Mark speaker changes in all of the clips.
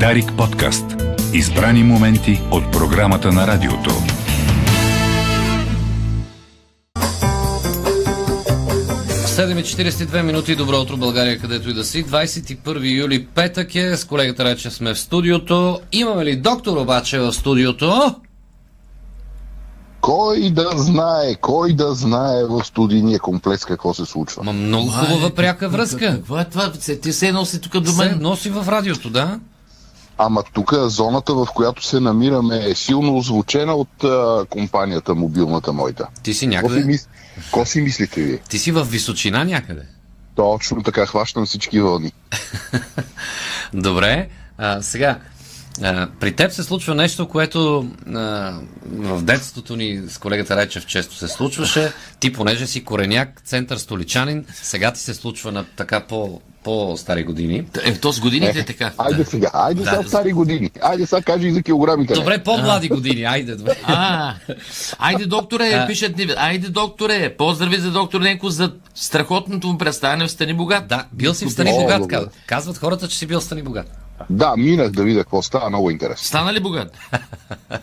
Speaker 1: Дарик подкаст. Избрани моменти от програмата на радиото.
Speaker 2: В 7.42 минути. Добро утро, България, където и да си. 21 юли, петък е. С колегата Рече сме в студиото. Имаме ли доктор обаче в студиото?
Speaker 3: Кой да знае, кой да знае в студийния комплекс какво се случва.
Speaker 2: Ма много хубава
Speaker 4: е,
Speaker 2: пряка връзка.
Speaker 4: Какво е това? Се- Ти се носи тук до
Speaker 2: Се
Speaker 4: мен.
Speaker 2: носи в радиото, да?
Speaker 3: Ама тук е зоната, в която се намираме, е силно озвучена от а, компанията мобилната моята.
Speaker 2: Ти си
Speaker 3: Какво
Speaker 4: е?
Speaker 3: си,
Speaker 2: някъде.
Speaker 3: мис... какво си мислите ви?
Speaker 2: Ти си в височина някъде.
Speaker 3: Точно така, хващам всички вълни.
Speaker 2: Добре. А, сега, а, при теб се случва нещо, което а, в детството ни с колегата Райчев често се случваше. Ти, понеже си кореняк, център столичанин, сега ти се случва на така по, по-стари години.
Speaker 4: Е, то с годините е така.
Speaker 3: Айде
Speaker 4: Да.
Speaker 3: сега, айде сега в стари години. Айде сега кажи и за килограмите.
Speaker 2: Добре, по-млади години, айде. Добре.
Speaker 4: А, айде докторе, пишат ни. Айде докторе, поздрави за доктор Ненко за страхотното му представяне в Стани Богат.
Speaker 2: Да, бил си в Стани
Speaker 3: О,
Speaker 2: Богат,
Speaker 3: благодаря.
Speaker 2: казват. казват хората, че си бил в Стани Богат.
Speaker 3: Да, минах да видя какво става, много интересно.
Speaker 4: Стана ли богат?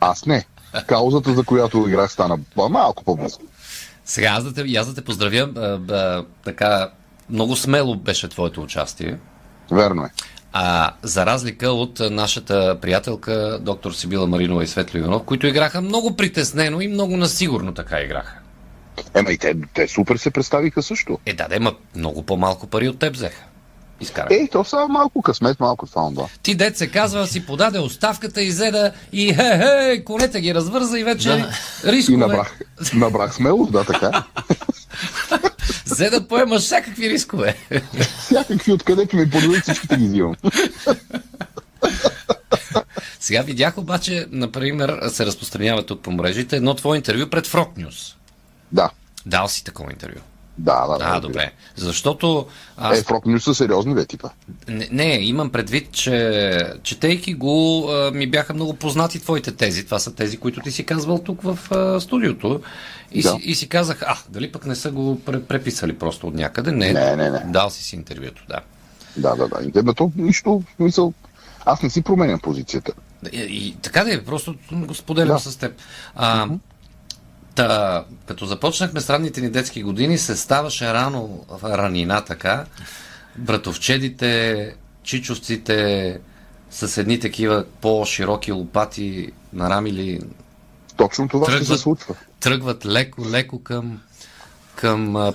Speaker 3: Аз не. Каузата, за която играх, стана малко по-близко.
Speaker 2: Сега аз да те, и аз да те поздравя, а, а, така много смело беше твоето участие.
Speaker 3: Верно е.
Speaker 2: А за разлика от а, нашата приятелка, доктор Сибила Маринова и Светло Иванов, които играха много притеснено и много насигурно така играха.
Speaker 3: Ема и те, те супер се представиха също.
Speaker 2: Е, да, да, има много по-малко пари от теб взеха. Изкарах.
Speaker 3: Е, то само малко късмет, малко само да.
Speaker 2: Ти дет се казва, си подаде оставката и зеда и хе, хе, конете ги развърза и вече
Speaker 4: Да.
Speaker 3: И
Speaker 2: рискове.
Speaker 3: набрах, набрах смелост, да, така.
Speaker 2: Зеда поема всякакви рискове.
Speaker 3: Всякакви, откъдето ми подадат, всичките ги взимам.
Speaker 2: Сега видях обаче, например, се разпространява тук по мрежите едно твое интервю пред Фрок Нюс.
Speaker 3: Да,
Speaker 2: Дал си такова интервю.
Speaker 3: да, да.
Speaker 2: А, добре. Защото аз
Speaker 3: Е, Фрок Нюс са сериозни, бе, типа.
Speaker 2: Не, не, имам предвид, че четейки го, а, ми бяха много познати твоите тези. Това са тези, които ти си казвал тук в а, студиото. И,
Speaker 3: Да.
Speaker 2: си, и си казах, а, дали пък не са го пре- преписали просто от някъде? Не,
Speaker 3: Не, не, не.
Speaker 2: Дал си си интервюто, да.
Speaker 3: Да, да, да. Ема то нищо, в смисъл. Аз не си променям позицията.
Speaker 2: И, и така да е, просто го споделям
Speaker 3: Да.
Speaker 2: с теб. А, та, като започнахме с ранните ни детски години, се ставаше рано в ранина така. Братовчедите, чичовците с едни такива по-широки лопати нарамили
Speaker 3: Точно това ще се
Speaker 2: Тръгват.
Speaker 3: случва.
Speaker 2: тръгват леко-леко към, към а,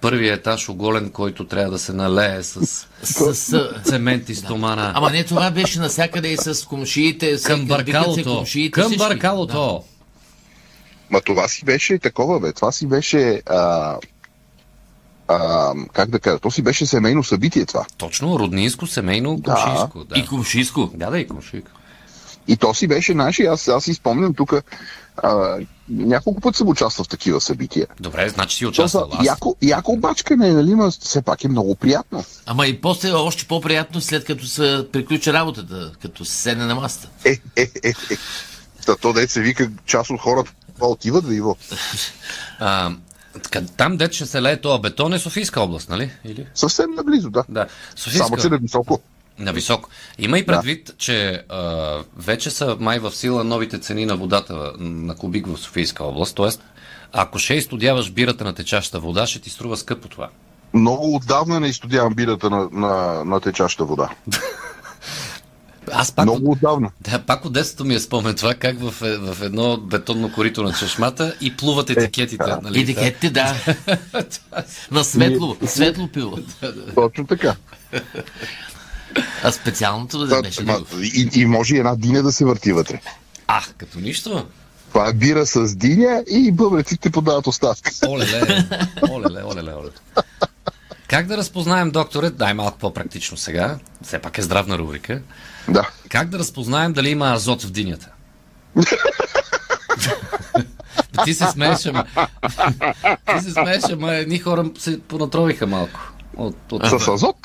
Speaker 2: първия етаж оголен, който трябва да се налее с
Speaker 4: С, с,
Speaker 2: цемент и стомана.
Speaker 4: ама не, това беше навсякъде и с комшиите. С,
Speaker 2: към
Speaker 4: дигат се
Speaker 2: бъркалото.
Speaker 4: комшиите,
Speaker 2: Към
Speaker 4: всички. Да.
Speaker 2: бъркалото.
Speaker 3: Ма това си беше такова, бе. Това си беше. А, а, как да кажа? То си беше семейно събитие това.
Speaker 2: Точно, роднинско, семейно, кумшийско. Да.
Speaker 4: И комшийско.
Speaker 2: да, да, и кумшийско.
Speaker 3: И то си беше наше. Аз, аз си спомням тук. а, Няколко път съм участвал в такива събития.
Speaker 2: Добре, значи си
Speaker 3: То са
Speaker 2: участвал аз.
Speaker 3: яко, яко бачкане, нали, но все пак е много приятно.
Speaker 4: Ама и после още по-приятно след като се приключи работата, като се седне на маста.
Speaker 3: Е, е, е, е. Та то дет се вика, част от хората това отиват, да Иво.
Speaker 2: А, къд- там, де ще се лее това бетон, е Софийска област, нали? Или?
Speaker 3: Съвсем наблизо, да.
Speaker 2: Да. Софийска.
Speaker 3: Само, че на високо.
Speaker 2: На високо. Има и предвид, че а, вече са май в сила новите цени на водата на кубик в Софийска област. Тоест, ако ще изтодяваш бирата на течаща вода, ще ти струва скъпо това.
Speaker 3: Много отдавна не изтодявам бирата на, на, на течаща вода.
Speaker 2: Аз пак
Speaker 3: много отдавна.
Speaker 2: Да, пак от детството ми е спомен това, как в, е- в едно бетонно корито на чешмата и плуват
Speaker 3: Е,
Speaker 2: етикетите. нали? е
Speaker 4: И дикетите, да. на светло, светло пило.
Speaker 3: Точно така.
Speaker 4: А специалното да
Speaker 3: Та,
Speaker 4: беше
Speaker 3: ма,
Speaker 4: друго.
Speaker 3: и, и може и една диня да се върти вътре.
Speaker 2: А, като нищо.
Speaker 3: Това е бира с диня и бъбреците подават оставка.
Speaker 2: Оле-ле, оле-ле, оле-ле, оле. Как да разпознаем, докторе, дай малко по-практично сега, все пак е здравна рубрика,
Speaker 3: Да.
Speaker 2: как да разпознаем дали има азот в динята? Ти се смееш, ама... Ти се смееш, ама едни хора се понатровиха малко. От, от...
Speaker 3: С азот.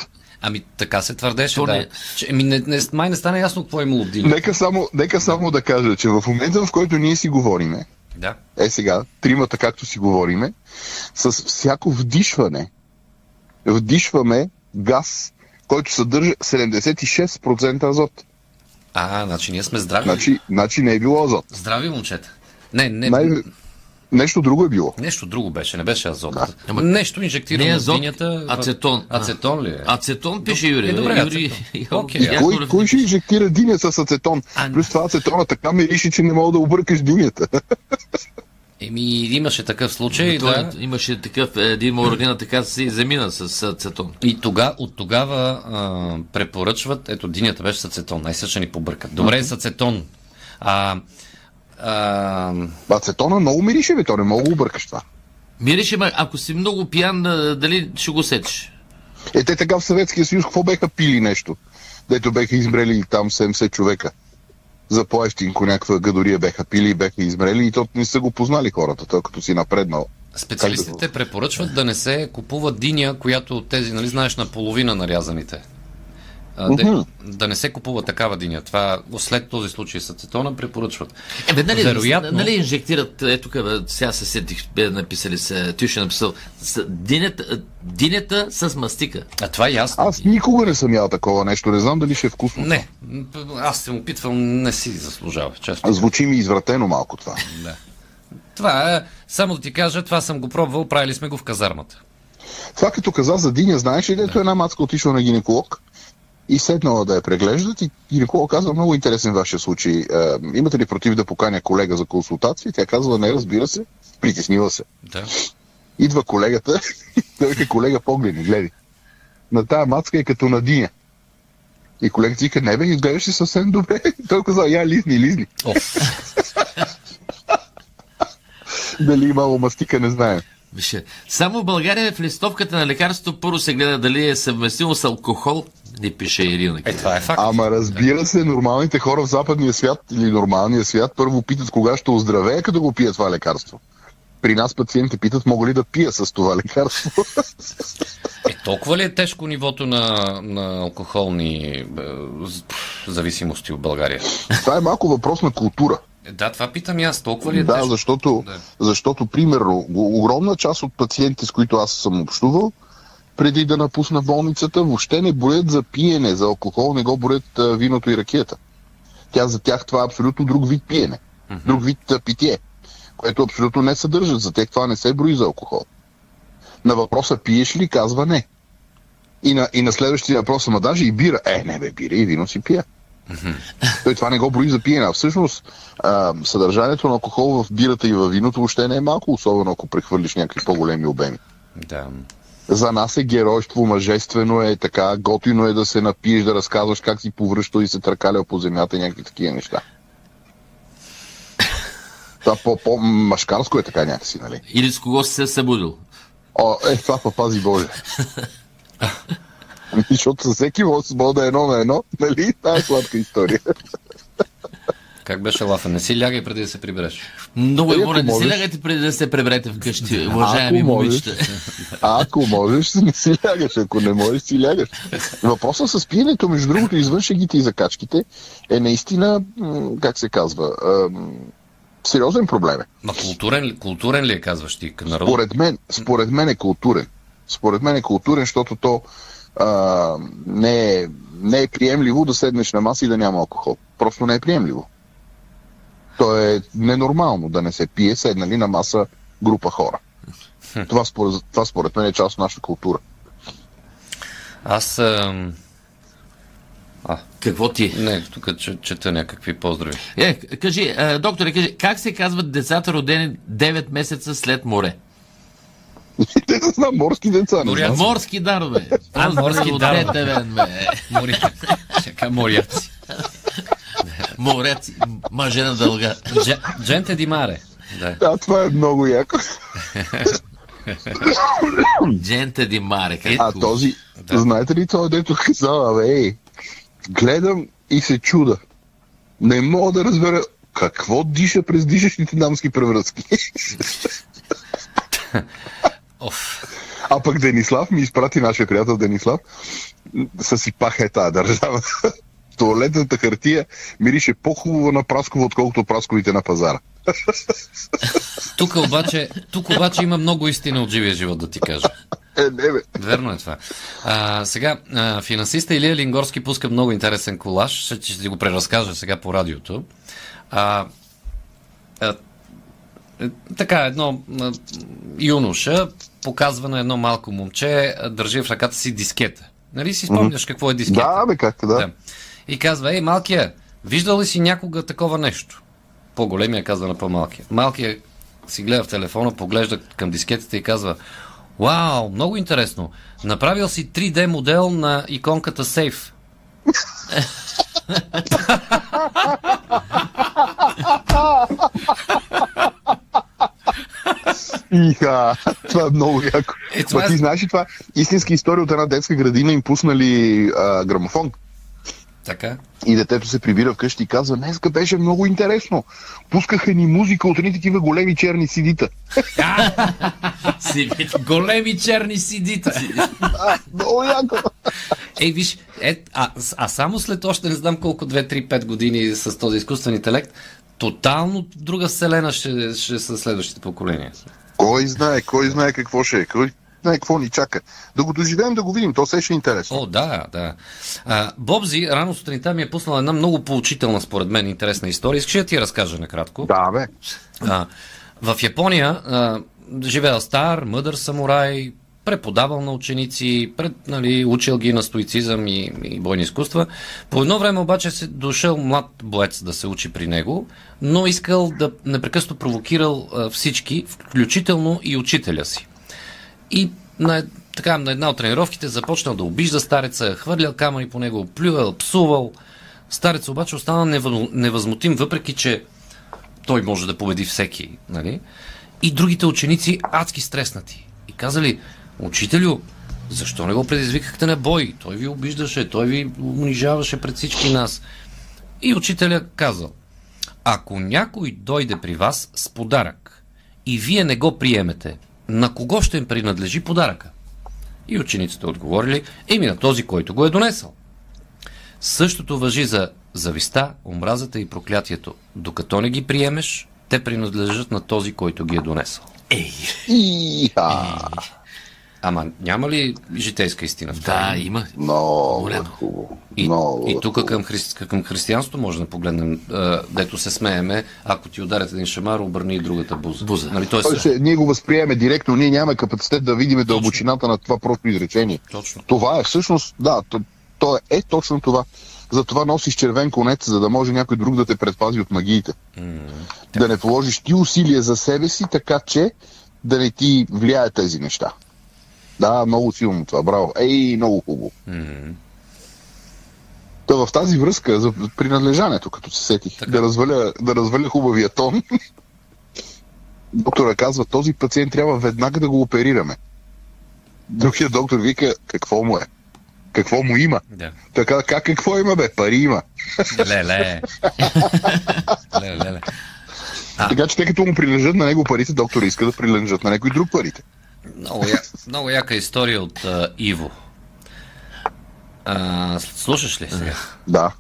Speaker 2: Ами така се твърдеше,
Speaker 4: То
Speaker 2: да.
Speaker 4: не-
Speaker 2: Че, ами, не, не, май не стана ясно какво е имало в динята.
Speaker 3: Нека само, нека само да кажа, че в момента, в който ние си говориме,
Speaker 2: Да.
Speaker 3: е сега, тримата, както си говориме, с всяко вдишване, вдишваме газ, който съдържа 76% азот.
Speaker 2: А, значи ние сме здрави.
Speaker 3: Значи, значи не е било азот.
Speaker 2: Здрави момчета. Не, не,
Speaker 3: Най... Нещо друго е било.
Speaker 2: нещо друго беше, не беше азот. Ама Нещо
Speaker 4: Не
Speaker 2: инжектирано
Speaker 4: азот,
Speaker 2: в винята.
Speaker 4: ацетон.
Speaker 2: Ацетон ли е?
Speaker 4: Ацетон пише Юрий.
Speaker 2: Е, добре,
Speaker 4: Юрий...
Speaker 2: ацетон. Окей.
Speaker 4: Ясно
Speaker 3: Кой,
Speaker 4: разбирам.
Speaker 3: кой ще инжектира диня с ацетон?
Speaker 2: А,
Speaker 3: Плюс това ацетона така мирише, че не мога да объркаш динята.
Speaker 2: Еми, Ами, имаше такъв случай, да.
Speaker 4: Ами, Той Имаше такъв, е, един му родина така се замина с ацетон.
Speaker 2: И тога, от тогава а, препоръчват, ето динята беше с ацетон, най ще ни побъркат. Добре, е с ацетон. А, а,
Speaker 3: Ацетона много мирише, бе, то не мога да объркаш това.
Speaker 4: Мирише, ма, ако си много пиян, а, дали ще го сечеш?
Speaker 3: Е, те така в Съветския съюз, какво беха пили нещо? Дето беха измрели там 70 човека. За по-ефтинко някаква гадория беха пили и беха измрели и то не са го познали хората, той като си напреднал.
Speaker 2: специалистите препоръчват да не се купува диня, която от тези, нали знаеш, наполовина нарязаните. А,
Speaker 3: Мгм.
Speaker 2: да, да не се купува такава диня. Това след този случай с ацетона препоръчват.
Speaker 4: Е, бе, нали,
Speaker 2: Вероятно.
Speaker 4: нали инжектират, е тук, бе, сега се сетих, бе написали се, ти ще написал, с, динята, динята с мастика.
Speaker 2: А това е ясно.
Speaker 3: Аз никога не съм ял такова нещо, не знам дали ще е вкусно.
Speaker 2: Не, аз се опитвам, не си заслужава, честно.
Speaker 3: А Звучи ми извратено малко това.
Speaker 2: Да. Това е, само да ти кажа, това съм го пробвал, правили сме го в казармата.
Speaker 3: Това като каза за Диня, знаеш ли, дето една мацка отишла на гинеколог и седнала да я преглеждат и гинеколог казва, много интересен вашия случай. Е, имате ли против да поканя колега за консултация? Тя казва, не, разбира се. Притеснила се.
Speaker 2: Да.
Speaker 3: Идва колегата, той вика, колега, погледни, гледай. На тая мацка е като на Диня. И колегата вика, не бе, изглеждаш си съвсем добре. Той каза, я, лизни, лизни.
Speaker 2: Оф,
Speaker 3: Дали имало мастика, не знаем.
Speaker 4: Више, Само в България в листовката на лекарството първо се гледа дали е съвместимо с алкохол, не пише Ирина.
Speaker 2: е, това е факт.
Speaker 3: Ама разбира се, нормалните хора в западния свят или нормалния свят първо питат кога ще оздравее, като го пие това лекарство. При нас пациенти питат мога ли да пия с това лекарство.
Speaker 2: Е, толкова ли е тежко нивото на, на алкохолни е, з- пф, зависимости от България?
Speaker 3: това е малко въпрос на култура.
Speaker 2: Е, Да, това питам и аз. Толкова ли е
Speaker 3: Да,
Speaker 2: тежко?
Speaker 3: защото,
Speaker 2: Да.
Speaker 3: защото примерно, го- огромна част от пациентите, с които аз съм общувал, преди да напусна болницата, въобще не броят за пиене, за алкохол, не го броят а, виното и ракията. Тя за тях това е абсолютно друг вид пиене, друг вид а, питие, което абсолютно не съдържат. За тях това не се брои за алкохол. На въпроса пиеш ли, казва не. И на, и на следващия въпрос, ама даже и бира. Е, не бе, бира и вино си пия. Той това не го брои за пиене. А всъщност а, съдържанието на алкохол в бирата и в виното въобще не е малко, особено ако прехвърлиш някакви по-големи обеми.
Speaker 2: Да.
Speaker 3: За нас е геройство, мъжествено е така, готино е да се напиеш, да разказваш как си повръщал и се търкалял по земята и някакви такива неща. Това по-машкарско е така някакси, нали?
Speaker 4: Или с кого си се е събудил.
Speaker 3: О, е, това па пази Боже. Ами, Защото със всеки може да се бода едно на едно, нали? Тая е сладка история.
Speaker 2: Как беше лафа? Не си лягай преди да се прибереш.
Speaker 4: Много е
Speaker 3: Ако
Speaker 4: моля, не си
Speaker 3: можеш.
Speaker 4: лягайте преди да се пребрете вкъщи, уважаеми
Speaker 3: ако можеш.
Speaker 4: момичета.
Speaker 3: А ако можеш, не си лягаш. Ако не можеш, си лягаш. Въпросът с пиенето, между другото, извън шегите и закачките, е наистина, м, как се казва, ам, сериозен проблем е.
Speaker 2: Ма културен, ли- културен ли е, казваш ти, към народа?
Speaker 3: Според мен, според мен е културен. Според мен е културен, защото то а, не, е, не е приемливо да седнеш на маса и да няма алкохол. Просто не е приемливо. То е ненормално да не се пие седнали на маса група хора. Това според, това според мен е част от нашата култура.
Speaker 2: Аз... ам,
Speaker 4: Какво
Speaker 3: е?
Speaker 4: ти?
Speaker 2: Не, тук че- чета някакви поздрави.
Speaker 4: Е, кажи, а, докторе, кажи, как се казват децата родени 9 месеца след море?
Speaker 3: Те не знам, морски деца. Не знам.
Speaker 2: Моряци.
Speaker 4: Морски дар, бе.
Speaker 2: А, морски
Speaker 4: От
Speaker 2: дар.
Speaker 4: ДТВН, бе.
Speaker 2: Мори... Чака, моряци.
Speaker 4: Моряци, мъже на дълга.
Speaker 2: Дже... Дженте Е, Ди Маре. Да.
Speaker 3: Да, това е много яко.
Speaker 4: Джента Ди Маре. как
Speaker 3: А
Speaker 4: хубаво.
Speaker 3: този, знаете ли това, дето каза, абе, ей, гледам и се чуда. Не мога да разбера какво диша през дишащите дамски превръзки.
Speaker 2: Оф.
Speaker 3: А пък Денислав ми изпрати нашия приятел Денислав. Съсипаха е тази държава. Туалетната хартия мирише по-хубаво на прасково, отколкото прасковите на пазара.
Speaker 2: Тук обаче, тук обаче има много истина от живия живот, да ти кажа.
Speaker 3: Е, не, бе.
Speaker 2: Верно е това. А, сега, а, финансиста Илия Лингорски пуска много интересен колаж. Ще, ще ти го преразкажа сега по радиото. А, а, е, така, едно а, юноша показва на едно малко момче, а, държи в ръката си дискета. Нали си спомняш какво е дискета?
Speaker 3: Да, бе, как да.
Speaker 2: Да. И казва, ей, малкия, виждал ли си някога такова нещо? По-големия казва на по-малкия. Малкия си гледа в телефона, поглежда към дискетите и казва, вау, много интересно, направил си 3D модел на иконката Safe.
Speaker 3: Иха, това е много яко.
Speaker 2: Е,
Speaker 3: Е,
Speaker 2: това
Speaker 3: това
Speaker 2: е-
Speaker 3: ти знаеш ли това? Истински история от една детска градина им пуснали а, грамофон.
Speaker 2: Така.
Speaker 3: И детето се прибира вкъщи и казва, днеска беше много интересно. Пускаха ни музика от едни такива големи черни сидита.
Speaker 4: Си види.
Speaker 2: Големи черни сидите.
Speaker 3: А, много яко.
Speaker 2: Ей, виж, е, а, а само след още не знам колко 2-3-5 години с този изкуствен интелект, тотално друга вселена ще, ще са следващите поколения.
Speaker 3: Кой знае, кой знае какво ще е, кой знае какво ни чака. Да го доживеем, да го видим, то се ще е интересно.
Speaker 2: О, да, да. А, Бобзи рано сутринта ми е пуснал една много поучителна, според мен, интересна история. Искаш ли да ти я разкажа накратко.
Speaker 3: Да, бе.
Speaker 2: А, в Япония а, живеел стар, мъдър самурай, преподавал на ученици, пред, нали, учил ги на стоицизъм и, и бойни изкуства. По едно време обаче се дошъл млад боец да се учи при него, но искал да непрекъснато провокирал а, всички, включително и учителя си. И на, така, на една от тренировките започнал да обижда стареца, хвърлял камъни по него, плювал, псувал. Старец обаче остана невъз- невъзмутим, въпреки че той може да победи всеки. Нали? И другите ученици адски стреснати. И казали, учителю, защо не го предизвикахте на бой? Той ви обиждаше, той ви унижаваше пред всички нас. И учителя казал, ако някой дойде при вас с подарък и вие не го приемете, на кого ще им принадлежи подаръка? И учениците отговорили, еми на този, който го е донесъл. Същото въжи за зависта, омразата и проклятието. Докато не ги приемеш, те принадлежат на този, който ги е донесъл.
Speaker 4: Ей.
Speaker 3: Иха,
Speaker 2: Ама няма ли житейска истина в това?
Speaker 4: Да, има.
Speaker 3: много е
Speaker 4: Голям.
Speaker 3: хубаво.
Speaker 2: И,
Speaker 3: Много
Speaker 2: и
Speaker 3: е
Speaker 2: тук към, христи, към християнството може да погледнем, а, дето се смееме, ако ти ударят един шамар, обърни и другата буза.
Speaker 4: Буза.
Speaker 2: Нали, той
Speaker 3: Той е.
Speaker 2: се...
Speaker 3: ще, ние го възприеме директно, ние нямаме капацитет да видим дълбочината на това просто изречение.
Speaker 2: Точно.
Speaker 3: Това е всъщност, да, то, то е, е точно това. Затова носиш червен конец, за да може някой друг да те предпази от магиите. Да не положиш ти усилия за себе си, така че да не ти влияе тези неща. Да, много силно това, браво. Ей, много хубаво. Та в тази връзка, за принадлежането, като се сетих,
Speaker 2: Така.
Speaker 3: да разваля, да разваля хубавия тон, доктора казва, този пациент трябва веднага да го оперираме. Другия доктор вика, какво му е? Какво му има?
Speaker 2: Да.
Speaker 3: Така, как какво има, бе? Пари има.
Speaker 2: Леле. Леле.
Speaker 3: Така че те като му прилежат на него парите, доктора иска да прилежат на някой друг парите.
Speaker 2: Много, я... Много яка история от а, Иво. А, слушаш ли сега?
Speaker 3: Да.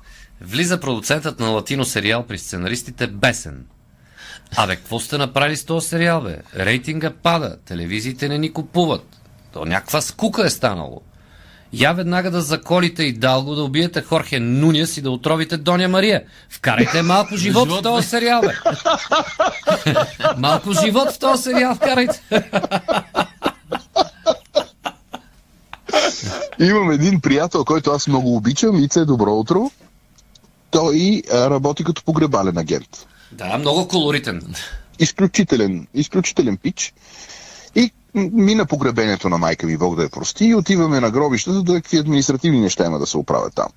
Speaker 2: Влиза продуцентът на латино сериал при сценаристите Бесен. Абе, какво сте направили с този сериал, бе? Рейтинга пада, телевизиите не ни купуват. То някаква скука е станало. Я веднага да заколите и дълго да убиете Хорхе Нуняс и да отровите Доня Мария. Вкарайте малко живот в
Speaker 4: Живот,
Speaker 2: този сериал, бе. малко живот в този сериал вкарайте.
Speaker 3: Имам един приятел, който аз много обичам, Ице, добро утро. Той а, работи като погребален агент.
Speaker 2: да, много колоритен.
Speaker 3: изключителен, изключителен пич. И м, мина погребението на майка ми, Бог да я прости, и отиваме на гробищата, да какви административни неща има да се оправят там.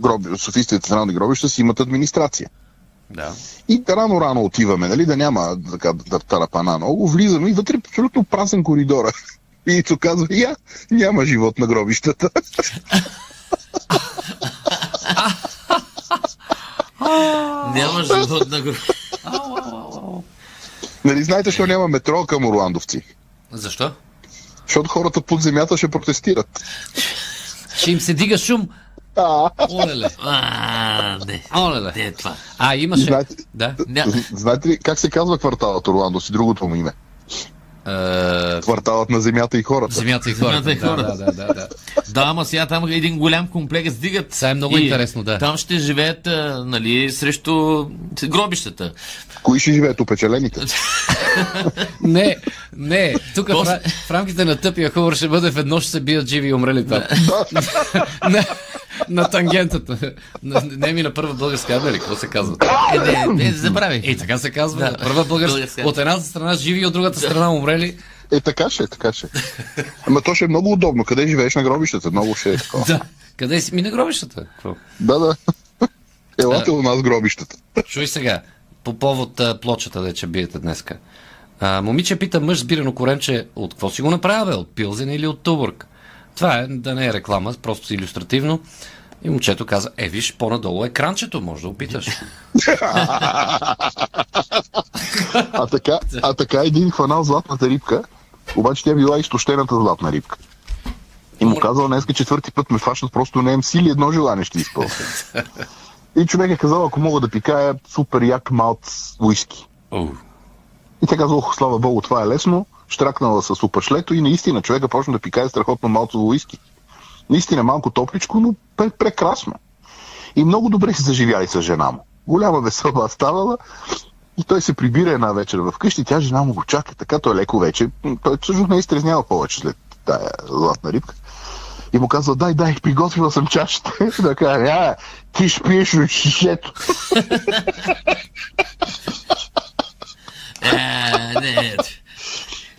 Speaker 3: Гроби, Софийските централни гробища си имат администрация.
Speaker 2: Да.
Speaker 3: И рано-рано отиваме, нали, да няма така да тарапана много, влизаме и вътре абсолютно празен коридора. И Ицо казва, я, няма живот на гробищата.
Speaker 4: Нямаш живот на гру...
Speaker 3: нали, знаете, що няма метро към Орландовци?
Speaker 2: Защо?
Speaker 3: Защото хората под земята ще протестират.
Speaker 2: Ще им се дига шум. Олеле,
Speaker 4: А, не. Не
Speaker 2: олеле.
Speaker 4: е това.
Speaker 2: А, имаше...
Speaker 3: Знаете-
Speaker 2: Да.
Speaker 4: Ня...
Speaker 3: Знаете ли как се казва кварталът Орландовци, другото му име?
Speaker 2: а,
Speaker 3: Кварталът на земята и хората.
Speaker 2: земята и хората.
Speaker 4: Земята и хората.
Speaker 2: Да, да, да, да, да.
Speaker 4: Да, ама сега там един голям комплекс дигат.
Speaker 2: Сега е много интересно, да.
Speaker 4: Там ще живеят, а, нали, срещу гробищата.
Speaker 3: Кои ще живеят? Опечалените.
Speaker 2: Не, не. Тук в,
Speaker 4: После-
Speaker 2: ра- в рамките на тъпия хумор ще бъде ведно ще се бият живи и умрели там. на, на тангентата. На, не ми на първа българска армия ли? Какво се казва?
Speaker 4: Е, не, не, забрави.
Speaker 2: Е, така се казва.
Speaker 4: Да.
Speaker 2: Да. Първа
Speaker 4: Българска.
Speaker 2: българска. От едната страна живи, от другата страна умрели.
Speaker 3: Е, така ще, е, така ще. е. Ама то ще е много удобно. Къде живееш на гробищата? Много ще е такова.
Speaker 2: Да. Къде си? Ми на гробищата. Какво?
Speaker 3: Да, да. Елате у нас гробищата.
Speaker 2: Чуй сега, по повод а, плочата, де, че биете днеска. А, момиче пита мъж с бирено коремче, от какво си го направя, бе? От пилзен или от туборг? Това е, да не е реклама, просто иллюстративно. И момчето каза, е, виж, по-надолу е кранчето, може да опиташ.
Speaker 3: А така, а така един хванал златната рибка, обаче тя била изтощената златна рибка. И му казал, днеска четвърти път ме фащат, просто не им сили, едно желание ще изпълня. И човек е казал, ако мога да пикая супер як малт уиски. И тя казва, ох, слава богу, това е лесно. Штракнала с опашлето и наистина човека почна да пикае страхотно малко уиски. Наистина малко топличко, но пре- прекрасно. И много добре се заживяли с жена му. Голяма весела ставала и той се прибира една вечер вкъщи, тя жена му го чака, така той леко вече. м, Той всъщност не е изтрезнява повече след тая златна рибка. И му казва, дай, дай, приготвила съм чашата. да каже, а, ти ще пиеш от шишето.
Speaker 4: Е, не,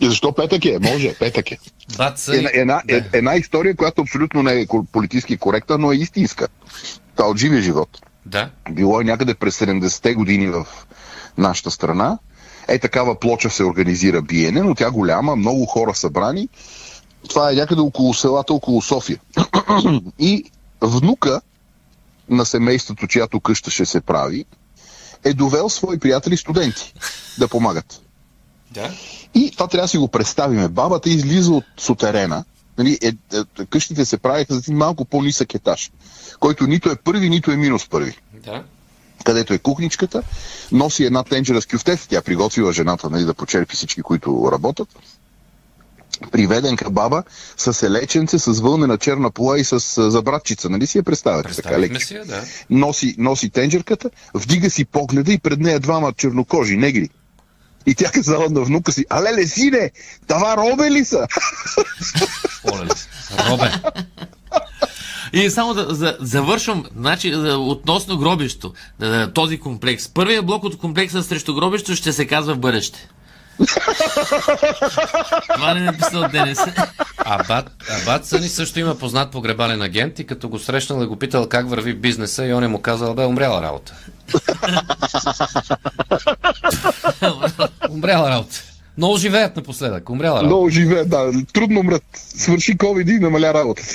Speaker 3: И защо петък е? Може, петък е.
Speaker 2: Бат са
Speaker 3: Една, една, е, една история, която абсолютно не е кор- политически коректна, но е истинска. Та от живия живот.
Speaker 2: Да.
Speaker 3: Било е някъде през 70-те години в нашата страна. Е такава плоча се организира биене, но тя голяма, много хора събрани. Това е някъде около селата, около София. И внука на семейството, чиято къща ще се прави, е довел свои приятели студенти да помагат.
Speaker 2: Да.
Speaker 3: И това трябва да си го представиме. Бабата излиза от сутерена. Нали, е, е, къщите се правиха за един малко по-нисък етаж, който нито е първи, нито е минус първи.
Speaker 2: Да.
Speaker 3: Където е кухничката, носи една тенджера с кюфтет, тя приготвила жената нали, да почерпи всички, които работят. Приведенка баба с елеченце, с вълнена черна пола и с а, забратчица, нали си я представяте? Така
Speaker 2: Представихме
Speaker 3: леки
Speaker 2: си я, да.
Speaker 3: носи, носи тенджерката, вдига си погледа и пред нея двама чернокожи негри. И тя казала на внука си, але ле сине, това робе ли са?
Speaker 2: Оле. Робе.
Speaker 4: И само да за, завършвам, значи, за, относно гробището, да, да, този комплекс. Първият блок от комплекса срещу гробището ще се казва в бъдеще. Това не е написал Денис.
Speaker 2: Абат, Абат Съни също има познат погребален агент и като го срещнал е го питал как върви бизнеса и он е му казал, бе, умряла работа. умряла работа. Много живеят напоследък, умряла работа.
Speaker 3: Много живее, да, трудно мрът. Свърши COVID и намаля работата.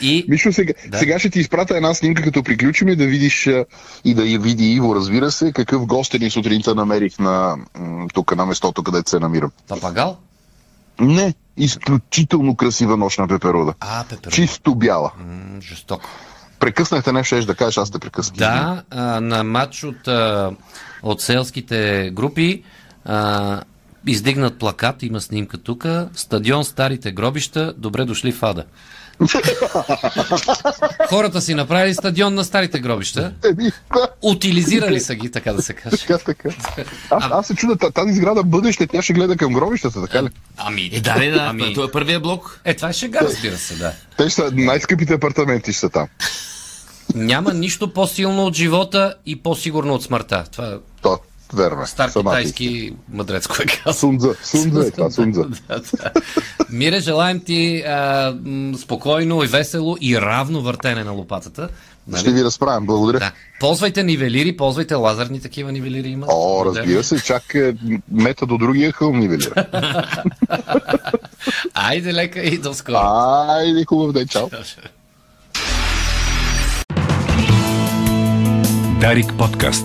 Speaker 2: И
Speaker 3: Мишо, сега,
Speaker 2: Да.
Speaker 3: да. сега ще ти изпратя една снимка, като приключим и да видиш а, и да я види Иво, разбира се, какъв гостен ни сутринта намерих на, м, тук на местото, където се намирам.
Speaker 2: папагал?
Speaker 3: Не, изключително красива нощна пеперуда.
Speaker 2: А, пепер.
Speaker 3: Чисто бяла.
Speaker 2: М, Жестоко.
Speaker 3: Прекъснахте нещо, щеш да кажеш, аз те прекъснах.
Speaker 2: Да, а, на матч от, а, от селските групи а, издигнат плакат, има снимка тук. Стадион Старите гробища, добре дошли в Ада. Хората си направили стадион на Старите гробища.
Speaker 3: Еми, Е, да.
Speaker 2: Утилизирали са ги, така да се каже.
Speaker 3: Така, така. Аз, аз се чудя, та- тази сграда бъдеще, тя ще гледа към гробищата, така ли?
Speaker 2: Ами,
Speaker 4: Е, да, бе, да,
Speaker 2: ами,
Speaker 4: това е първият блок.
Speaker 2: е, това е шега, разбира се, да.
Speaker 3: Те ще са най-скъпите апартаменти ще са там.
Speaker 2: Няма нищо по-силно от живота и по-сигурно от смъртта. Това е
Speaker 3: То, верно. е.
Speaker 2: стар
Speaker 3: Сама ти.
Speaker 2: китайски мъдрец, кой казва.
Speaker 3: Сунза, сунза е това, сунза.
Speaker 2: Да, да. Мире, желаем ти а, м, спокойно и весело и равно въртене на лопатата.
Speaker 3: Ще
Speaker 2: Нали?
Speaker 3: ви разправям, благодаря.
Speaker 2: Да. Ползвайте нивелири, ползвайте лазерни такива нивелири има.
Speaker 3: О, разбира се, чак е, мета до другия хълм нивелира.
Speaker 2: Айде лека и до скоро.
Speaker 3: Айде, хубав ден, чао.
Speaker 1: Дарик подкаст.